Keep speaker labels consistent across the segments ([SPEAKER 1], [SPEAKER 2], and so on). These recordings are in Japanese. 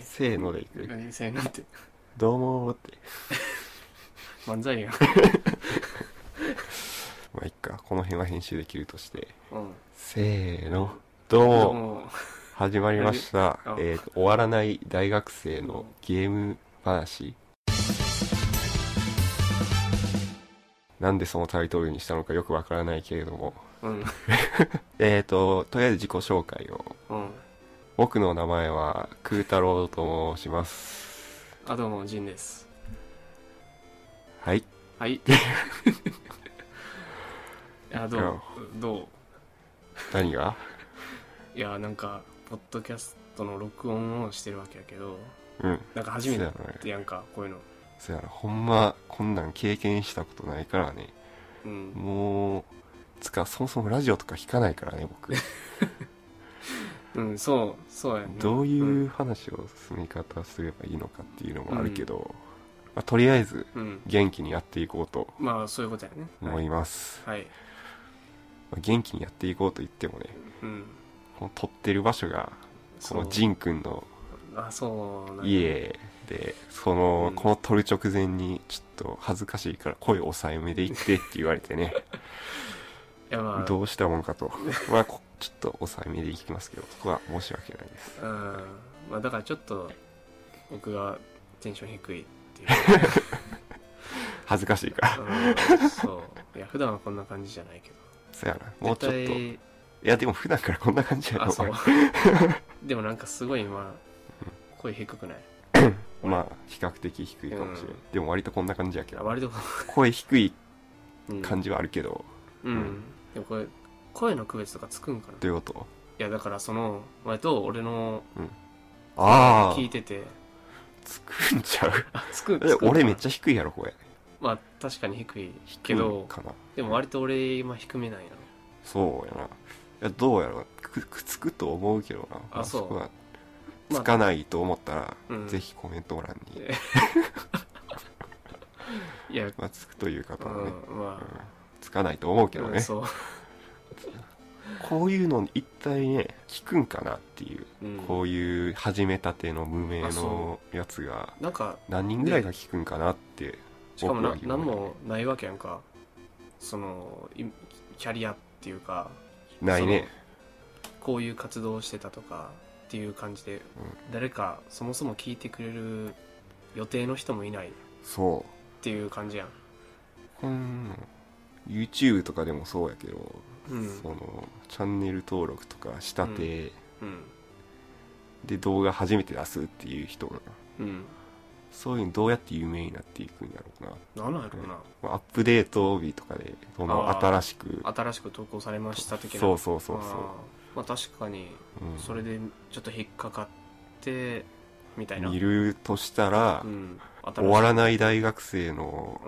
[SPEAKER 1] せーのでいく
[SPEAKER 2] 何せーのって
[SPEAKER 1] どうもーって
[SPEAKER 2] 漫才やん、
[SPEAKER 1] まあいっかこの辺は編集できるとして
[SPEAKER 2] うん、
[SPEAKER 1] せーのどう
[SPEAKER 2] どう
[SPEAKER 1] も
[SPEAKER 2] も
[SPEAKER 1] 始まりました
[SPEAKER 2] あ
[SPEAKER 1] えーと終わらない大学生のゲーム話なんでそのタイトルにしたのかよくわからないけれども
[SPEAKER 2] うん
[SPEAKER 1] えーととりあえず自己紹介を
[SPEAKER 2] うん
[SPEAKER 1] 僕の名前は空太郎と申します
[SPEAKER 2] あどうもジンです
[SPEAKER 1] はい
[SPEAKER 2] はい いやどうど
[SPEAKER 1] 何が
[SPEAKER 2] ういやなんかポッドキャストの録音をしてるわけやけど
[SPEAKER 1] うん
[SPEAKER 2] なんか初
[SPEAKER 1] そう
[SPEAKER 2] め
[SPEAKER 1] や
[SPEAKER 2] て
[SPEAKER 1] ろ
[SPEAKER 2] や
[SPEAKER 1] ね
[SPEAKER 2] んかこういうの
[SPEAKER 1] そうやろほんまこんなん経験したことないからね
[SPEAKER 2] うん
[SPEAKER 1] もうつかそもそもラジオとか聞かないからね僕
[SPEAKER 2] うんそうそうやね
[SPEAKER 1] どう
[SPEAKER 2] う
[SPEAKER 1] いうん話を進み方すればいいのかっていうのもあるけど、まあ、とりあえず
[SPEAKER 2] うん
[SPEAKER 1] 元気にやっていこうと
[SPEAKER 2] まあそういうことやね
[SPEAKER 1] 思
[SPEAKER 2] はい
[SPEAKER 1] います、
[SPEAKER 2] はい
[SPEAKER 1] まあ元気にやっていこうと言ってもね
[SPEAKER 2] うん
[SPEAKER 1] この撮ってる場所がこ
[SPEAKER 2] そう
[SPEAKER 1] のジンくんの
[SPEAKER 2] あそうなんや
[SPEAKER 1] 家でその、
[SPEAKER 2] うん
[SPEAKER 1] この撮る直前にちょっと恥ずかしいから声抑えめで言ってって言われてね
[SPEAKER 2] いやまあ
[SPEAKER 1] どうしたもん かとまあこちょっと抑えめでいきますけどそこは申し訳ないです
[SPEAKER 2] うんまあだからちょっと僕がテンション低いっていう
[SPEAKER 1] 恥ずかしいから
[SPEAKER 2] か、うん、そういや普段はこんな感じじゃないけど
[SPEAKER 1] そうや な。もうちょっと。い
[SPEAKER 2] 絶
[SPEAKER 1] や、でも普段からこんな感じや
[SPEAKER 2] 対
[SPEAKER 1] ろ。
[SPEAKER 2] あそうでもなんかすごい今声低くない
[SPEAKER 1] 俺まあ、比較的低いかもしれん。
[SPEAKER 2] うん
[SPEAKER 1] でも割とこんな感じや
[SPEAKER 2] い
[SPEAKER 1] け
[SPEAKER 2] や
[SPEAKER 1] ど。
[SPEAKER 2] 割と、
[SPEAKER 1] 声低い
[SPEAKER 2] うん、
[SPEAKER 1] 感じはあるけど、
[SPEAKER 2] うん、
[SPEAKER 1] うん
[SPEAKER 2] でもこれ声の区別とかつくんかな
[SPEAKER 1] どういうこと
[SPEAKER 2] いやだからそのお前と俺の
[SPEAKER 1] ああ
[SPEAKER 2] 聞、いてて
[SPEAKER 1] つくんちゃう。
[SPEAKER 2] あつくん
[SPEAKER 1] え
[SPEAKER 2] つくん
[SPEAKER 1] 俺めっちゃ低いやろ、声。
[SPEAKER 2] まあ確かに低い
[SPEAKER 1] 低
[SPEAKER 2] け
[SPEAKER 1] い
[SPEAKER 2] ど
[SPEAKER 1] かな。
[SPEAKER 2] でも割と俺今低めなんやね
[SPEAKER 1] そうやな。いや、どうやろう。く、くっつくと思うけどな。ま
[SPEAKER 2] そう
[SPEAKER 1] こは、
[SPEAKER 2] まあ
[SPEAKER 1] つかないと思ったら、
[SPEAKER 2] うん
[SPEAKER 1] ぜひコメント欄に。
[SPEAKER 2] えいや
[SPEAKER 1] まあ、つくという方はね。
[SPEAKER 2] うんまあ
[SPEAKER 1] うんつかないと思うけど
[SPEAKER 2] うん
[SPEAKER 1] ね。
[SPEAKER 2] そう、
[SPEAKER 1] こういうの一体ね、聞くんかなっていう。
[SPEAKER 2] うん
[SPEAKER 1] こういう始めたての無名
[SPEAKER 2] あ
[SPEAKER 1] の
[SPEAKER 2] そ
[SPEAKER 1] やつが
[SPEAKER 2] なんか
[SPEAKER 1] 何人ぐらいが聞くんかなって
[SPEAKER 2] しかもな
[SPEAKER 1] 僕は疑問
[SPEAKER 2] 何もないわけやんかそのいキャリアっていうか
[SPEAKER 1] ないね
[SPEAKER 2] そのこういう活動をしてたとかっていう感じで、誰かそもそも聞いてくれる予定の人もいないっ
[SPEAKER 1] そ
[SPEAKER 2] ていう感じやん
[SPEAKER 1] うこん YouTube とかでもそうやけど、
[SPEAKER 2] うん
[SPEAKER 1] そのチャンネル登録とかしたて、
[SPEAKER 2] うん
[SPEAKER 1] で動画初めて出すっていう人が
[SPEAKER 2] うん
[SPEAKER 1] そういうのどうやって有名になっていくんやろうな
[SPEAKER 2] 何なんやろうな、
[SPEAKER 1] まあアップデート日とかでその
[SPEAKER 2] あー
[SPEAKER 1] 新しく
[SPEAKER 2] 新しく投稿されました的な
[SPEAKER 1] そうそうそう
[SPEAKER 2] あーまあ確かに
[SPEAKER 1] そう、うん
[SPEAKER 2] それでちょっと引っかかってみたいな
[SPEAKER 1] 見るとしたら、
[SPEAKER 2] うん、
[SPEAKER 1] 終わら
[SPEAKER 2] い
[SPEAKER 1] ない大学生の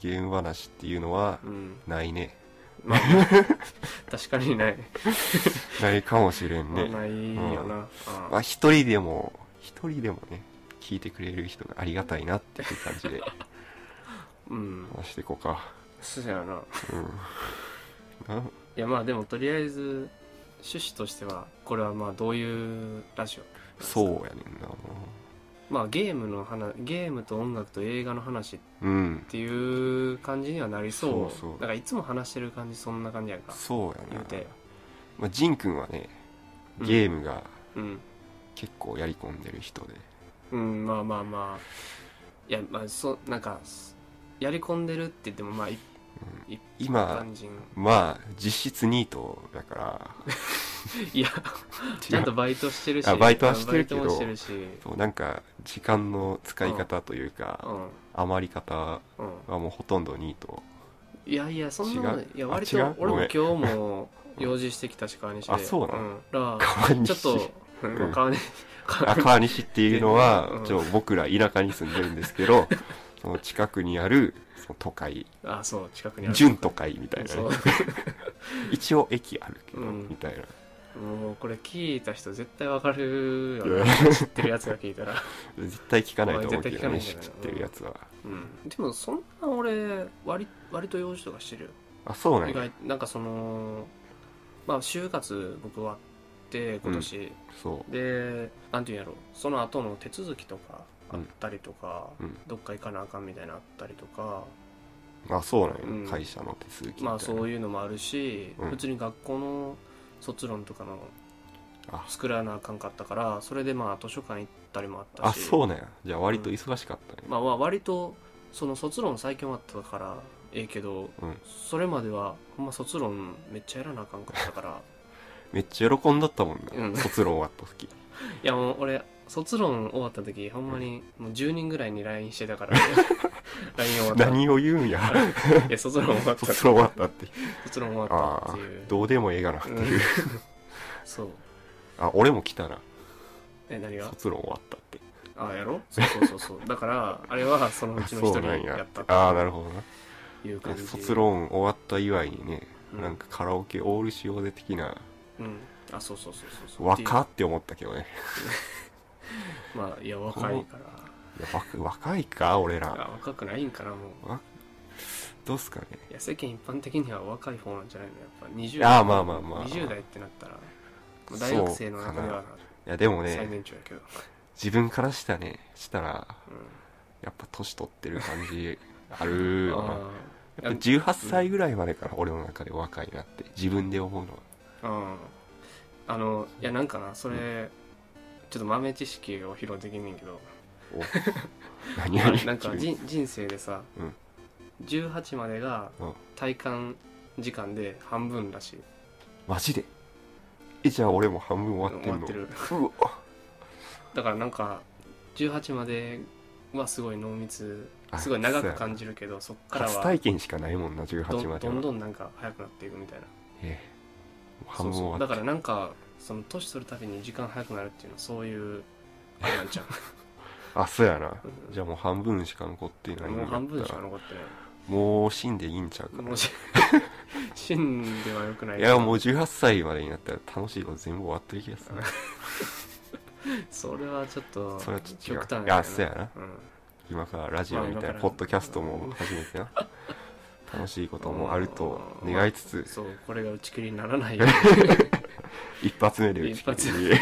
[SPEAKER 1] ゲーム話っていうのは
[SPEAKER 2] うん、うん、
[SPEAKER 1] ないね
[SPEAKER 2] まあ 確かにない
[SPEAKER 1] ないかもしれんね
[SPEAKER 2] まあないよな、
[SPEAKER 1] まあ一人でも一人でもね聞いてくれる人がありがたいなっていう感じで
[SPEAKER 2] うん、うん、
[SPEAKER 1] 話していこうか
[SPEAKER 2] そうやな
[SPEAKER 1] うんない
[SPEAKER 2] やまあでもとりあえず趣旨としてはこれはまあどういうラジオなんですか
[SPEAKER 1] そうやねんな
[SPEAKER 2] まあゲームの話ゲームと音楽と映画の話っ
[SPEAKER 1] うん
[SPEAKER 2] ていう感じにはなりそう
[SPEAKER 1] そうそう
[SPEAKER 2] だからいつも話してる感じそんな感じやんか
[SPEAKER 1] そうや
[SPEAKER 2] 言う
[SPEAKER 1] な
[SPEAKER 2] て
[SPEAKER 1] まあジンくんはね
[SPEAKER 2] うん
[SPEAKER 1] ゲームが
[SPEAKER 2] うん、
[SPEAKER 1] 結構やり込んでる人で
[SPEAKER 2] うん、まあまあまあいやまあそなんかやり込んでるって言ってもまあ一
[SPEAKER 1] 今
[SPEAKER 2] 般人
[SPEAKER 1] まあ実質ニート だから
[SPEAKER 2] いやちゃんとバイトしてるし
[SPEAKER 1] あバイトはしてるけど
[SPEAKER 2] バイトもしてるし
[SPEAKER 1] そうなんか時間の使い方というか余り方
[SPEAKER 2] うんうん
[SPEAKER 1] はもうほとんどニート
[SPEAKER 2] いやいやそんなこと
[SPEAKER 1] 違う
[SPEAKER 2] いや割
[SPEAKER 1] あ違う
[SPEAKER 2] と俺
[SPEAKER 1] ご
[SPEAKER 2] も今
[SPEAKER 1] めん
[SPEAKER 2] 日も用事してきたし川西で
[SPEAKER 1] あそうなの
[SPEAKER 2] ん、だか
[SPEAKER 1] 川
[SPEAKER 2] ら
[SPEAKER 1] 西
[SPEAKER 2] ちょっと
[SPEAKER 1] ん
[SPEAKER 2] うん川西
[SPEAKER 1] あ川西っていうのは
[SPEAKER 2] うん
[SPEAKER 1] ちょ僕ら田舎に住んでるんです けどその近くにあるその都会
[SPEAKER 2] あそう近くにある
[SPEAKER 1] 準都会みたいなね、
[SPEAKER 2] そ
[SPEAKER 1] 一応駅あるけど、
[SPEAKER 2] うん
[SPEAKER 1] みたいな
[SPEAKER 2] うもうこれ聞いた人絶対わかるよ
[SPEAKER 1] い
[SPEAKER 2] な
[SPEAKER 1] や
[SPEAKER 2] 知ってるやつが聞いたら
[SPEAKER 1] 絶対聞かないと思うけど
[SPEAKER 2] ま
[SPEAKER 1] ね
[SPEAKER 2] あ
[SPEAKER 1] 知っ
[SPEAKER 2] 絶対聞かないんじゃない
[SPEAKER 1] てるやつは、
[SPEAKER 2] うんでもそんな俺割割と用事とかしてるよ
[SPEAKER 1] あそうなん
[SPEAKER 2] 意
[SPEAKER 1] や
[SPEAKER 2] 外なんかそのまあ就活僕終わっって今年、
[SPEAKER 1] そ
[SPEAKER 2] でなんていうんやろその後の手続きとかあったりとか、
[SPEAKER 1] うんうん
[SPEAKER 2] どっか行かなあかんみたいなのあったりとか、
[SPEAKER 1] うあそうなんや、
[SPEAKER 2] うん
[SPEAKER 1] 会社の手続きみたいな
[SPEAKER 2] まあそういうのもあるし、
[SPEAKER 1] うん
[SPEAKER 2] 普通に学校の卒論とかの
[SPEAKER 1] あ
[SPEAKER 2] 作らなあかんかったからそれでまあ図書館行ったりもあった
[SPEAKER 1] あ
[SPEAKER 2] し
[SPEAKER 1] そうなんやじゃあ割と忙しかったね、
[SPEAKER 2] まあまあ割とその卒論最近終わったからええけど
[SPEAKER 1] うん、
[SPEAKER 2] それまではほんま卒論めっちゃやらなあかんかったから
[SPEAKER 1] めっちゃ喜んだったもんな、
[SPEAKER 2] うん
[SPEAKER 1] 卒論終わった時
[SPEAKER 2] いやもう俺卒論終わった時ほんまにもう10人ぐらいに LINE してたから LINE 終わった
[SPEAKER 1] 何を言う んや
[SPEAKER 2] いや卒論終わった
[SPEAKER 1] 卒論終わったって
[SPEAKER 2] 卒論終わっ
[SPEAKER 1] あ
[SPEAKER 2] た
[SPEAKER 1] あ
[SPEAKER 2] っていう
[SPEAKER 1] どうでもええがなってい
[SPEAKER 2] う
[SPEAKER 1] う、
[SPEAKER 2] んそう
[SPEAKER 1] あ俺も来たな
[SPEAKER 2] え何が
[SPEAKER 1] 卒論終わったって
[SPEAKER 2] ああやろそうそうそうそうだからあれはそのう
[SPEAKER 1] あ
[SPEAKER 2] ちの
[SPEAKER 1] そ
[SPEAKER 2] 一
[SPEAKER 1] う
[SPEAKER 2] 人
[SPEAKER 1] なん
[SPEAKER 2] や
[SPEAKER 1] や
[SPEAKER 2] った
[SPEAKER 1] ああな
[SPEAKER 2] る
[SPEAKER 1] るほどな
[SPEAKER 2] いう感じ
[SPEAKER 1] 卒論終わった祝いにね、
[SPEAKER 2] うん
[SPEAKER 1] なんかカラオケオールしようぜ的な
[SPEAKER 2] うんあそうそうそうそうそう
[SPEAKER 1] 若って思ったけどね
[SPEAKER 2] っていうまあいや若いから
[SPEAKER 1] いや若若いか俺ら
[SPEAKER 2] あ若くないんかなもう
[SPEAKER 1] どうっすかね
[SPEAKER 2] いや世間一般的には若い方なんじゃないのやっぱ20
[SPEAKER 1] ああまあまあまあ
[SPEAKER 2] 20代ってなったらまあ大学生の中では
[SPEAKER 1] ないやでも
[SPEAKER 2] 最
[SPEAKER 1] ね
[SPEAKER 2] 年長やけど、
[SPEAKER 1] 自分からしたねしたら
[SPEAKER 2] う
[SPEAKER 1] やっぱ年取ってる感じある
[SPEAKER 2] ん、
[SPEAKER 1] よな
[SPEAKER 2] あ
[SPEAKER 1] やっぱ18歳ぐらいまでから俺の中で若いなって自分で思うのは
[SPEAKER 2] あうんあのいやなんかなそれ、ちょっと豆知識を披露できんねんけど
[SPEAKER 1] お何々
[SPEAKER 2] なんか
[SPEAKER 1] 急に
[SPEAKER 2] 人人生でさ、
[SPEAKER 1] うん
[SPEAKER 2] 18までが
[SPEAKER 1] うん
[SPEAKER 2] 体感時間で半分らしい
[SPEAKER 1] マジでえじゃあ俺も半分終わってんの
[SPEAKER 2] 終わって
[SPEAKER 1] うわ
[SPEAKER 2] だからなんか18まではすごい濃密
[SPEAKER 1] あ
[SPEAKER 2] すごい長く感じるけどそっから
[SPEAKER 1] 初
[SPEAKER 2] は
[SPEAKER 1] 体験しかないもんな18
[SPEAKER 2] ど
[SPEAKER 1] まで
[SPEAKER 2] ど
[SPEAKER 1] は
[SPEAKER 2] んどんなんか早くなっていくみたいな
[SPEAKER 1] ええ
[SPEAKER 2] そ
[SPEAKER 1] 半
[SPEAKER 2] う
[SPEAKER 1] 分
[SPEAKER 2] そう
[SPEAKER 1] 終わ
[SPEAKER 2] だ
[SPEAKER 1] っ
[SPEAKER 2] からなんかその年取るたびに時間早くなるっていうのはそういうあれなん ちゃ
[SPEAKER 1] あそうやな
[SPEAKER 2] うん
[SPEAKER 1] じゃあもう半分しか残ってな
[SPEAKER 2] う
[SPEAKER 1] い
[SPEAKER 2] もう半分しか
[SPEAKER 1] 残
[SPEAKER 2] 残ってな
[SPEAKER 1] もう死んでいいんちゃうか
[SPEAKER 2] い
[SPEAKER 1] な
[SPEAKER 2] もうし死んではよくない
[SPEAKER 1] いやもう18歳までになったら楽しいこと全部終わってる気がする
[SPEAKER 2] それはちょっと
[SPEAKER 1] それはちょっと違
[SPEAKER 2] 極端
[SPEAKER 1] ういやそうやな
[SPEAKER 2] うん
[SPEAKER 1] 今からラジオみ
[SPEAKER 2] まあ今
[SPEAKER 1] た
[SPEAKER 2] か
[SPEAKER 1] い
[SPEAKER 2] ら
[SPEAKER 1] なポッドキャストも初め てな楽しいこともあると願いつつ
[SPEAKER 2] そうこれが打ち切りにならないように
[SPEAKER 1] 一発目で打ち切り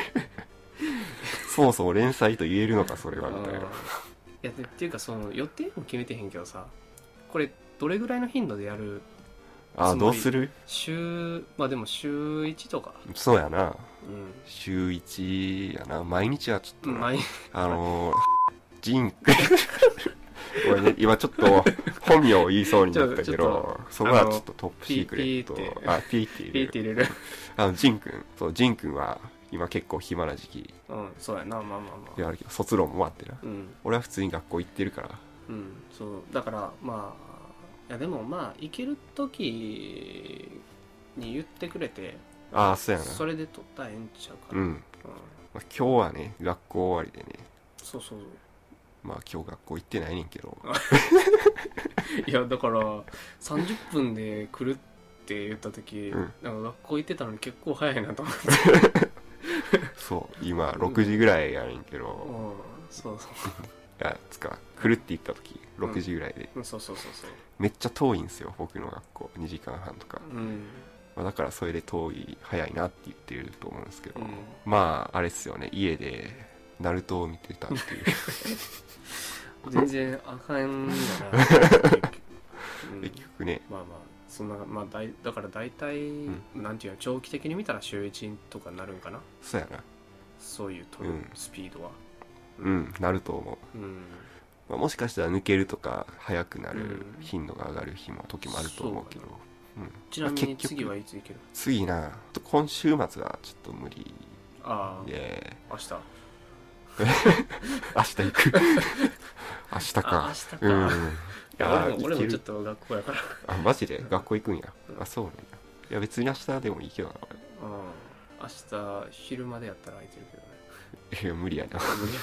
[SPEAKER 1] そもそも連載と言えるのかそれはみたい
[SPEAKER 2] うんい
[SPEAKER 1] な
[SPEAKER 2] やでっていうかその予定も決めてへんけどさこれどれぐらいの頻度でやる
[SPEAKER 1] あ
[SPEAKER 2] つまり
[SPEAKER 1] どうする
[SPEAKER 2] 週まあでも週1とか
[SPEAKER 1] そうやな
[SPEAKER 2] うん
[SPEAKER 1] 週1やな毎日はちょっとな
[SPEAKER 2] 毎
[SPEAKER 1] あのー、ジンク。ごめんね、今ちょっと本名を言いそうになっ
[SPEAKER 2] ちょ
[SPEAKER 1] たけ
[SPEAKER 2] ちょ
[SPEAKER 1] ど、そこは
[SPEAKER 2] あの
[SPEAKER 1] ちょっとトップシークレット
[SPEAKER 2] ピーって。
[SPEAKER 1] あ、ピーって
[SPEAKER 2] ピ
[SPEAKER 1] 入
[SPEAKER 2] ーって
[SPEAKER 1] れる。
[SPEAKER 2] 入れる
[SPEAKER 1] あの、ジン君。そう、ジン君は今結構暇な時期
[SPEAKER 2] うんそうやなまあまあまあ
[SPEAKER 1] ではあるけど、卒論もあってな。
[SPEAKER 2] うん
[SPEAKER 1] 俺は普通に学校行ってるから。
[SPEAKER 2] うんそうだからまあいやでもまあ行ける時に言ってくれて
[SPEAKER 1] ああ、そうやな。
[SPEAKER 2] それで取ったらええんちゃうか
[SPEAKER 1] う
[SPEAKER 2] な、
[SPEAKER 1] ん
[SPEAKER 2] うん、。
[SPEAKER 1] まあ、今日はね、学校終わりでね、
[SPEAKER 2] そうそう
[SPEAKER 1] まあ今日学校行ってないねんけど、
[SPEAKER 2] いやだから30分で来るって言った時、
[SPEAKER 1] うん
[SPEAKER 2] なんか学校行ってたのに結構早いなと思って、
[SPEAKER 1] そう、今6時ぐらいやねんけ
[SPEAKER 2] う
[SPEAKER 1] ど、
[SPEAKER 2] ん、そうそ
[SPEAKER 1] あ、つか、来るって言った時、6時ぐらいで、
[SPEAKER 2] うそうそうそうそう
[SPEAKER 1] めっちゃ遠いんすよ、僕の学校。2時間半とか。
[SPEAKER 2] うん、
[SPEAKER 1] まあ、だからそれで遠い早いなって言ってると思うんですけど、
[SPEAKER 2] うん、
[SPEAKER 1] まああれっすよね家でナルトを見てたっていう
[SPEAKER 2] 全然あ かんんだな結局うん
[SPEAKER 1] 結局ね
[SPEAKER 2] まあまあそんなまあだいだから大体、
[SPEAKER 1] ん
[SPEAKER 2] なんていうの長期的に見たら週1とかになるんかな
[SPEAKER 1] そうやな
[SPEAKER 2] そういう取る
[SPEAKER 1] うん
[SPEAKER 2] スピードは
[SPEAKER 1] うんなると思う、
[SPEAKER 2] うん
[SPEAKER 1] まあ、もしかしたら抜けるとか早くなる
[SPEAKER 2] うん
[SPEAKER 1] 頻度が上がる日も時もあると思うけど
[SPEAKER 2] そうか
[SPEAKER 1] うん
[SPEAKER 2] ちなみ
[SPEAKER 1] ま
[SPEAKER 2] に
[SPEAKER 1] あ結局
[SPEAKER 2] 次はいつ行ける
[SPEAKER 1] 次なちょっと今週末はちょっと無理
[SPEAKER 2] ああ
[SPEAKER 1] で
[SPEAKER 2] 明日
[SPEAKER 1] 明日 行く明日
[SPEAKER 2] あ
[SPEAKER 1] か
[SPEAKER 2] 明日か
[SPEAKER 1] うんい
[SPEAKER 2] いや俺も俺
[SPEAKER 1] 行け
[SPEAKER 2] も
[SPEAKER 1] る
[SPEAKER 2] ちょっと学校やから
[SPEAKER 1] あマジで学校行くんや
[SPEAKER 2] うん
[SPEAKER 1] あそうなんやいや別に明日でもいいけどな俺
[SPEAKER 2] うん明日昼までやったら空いてるけどね
[SPEAKER 1] いや無理やな
[SPEAKER 2] 無理や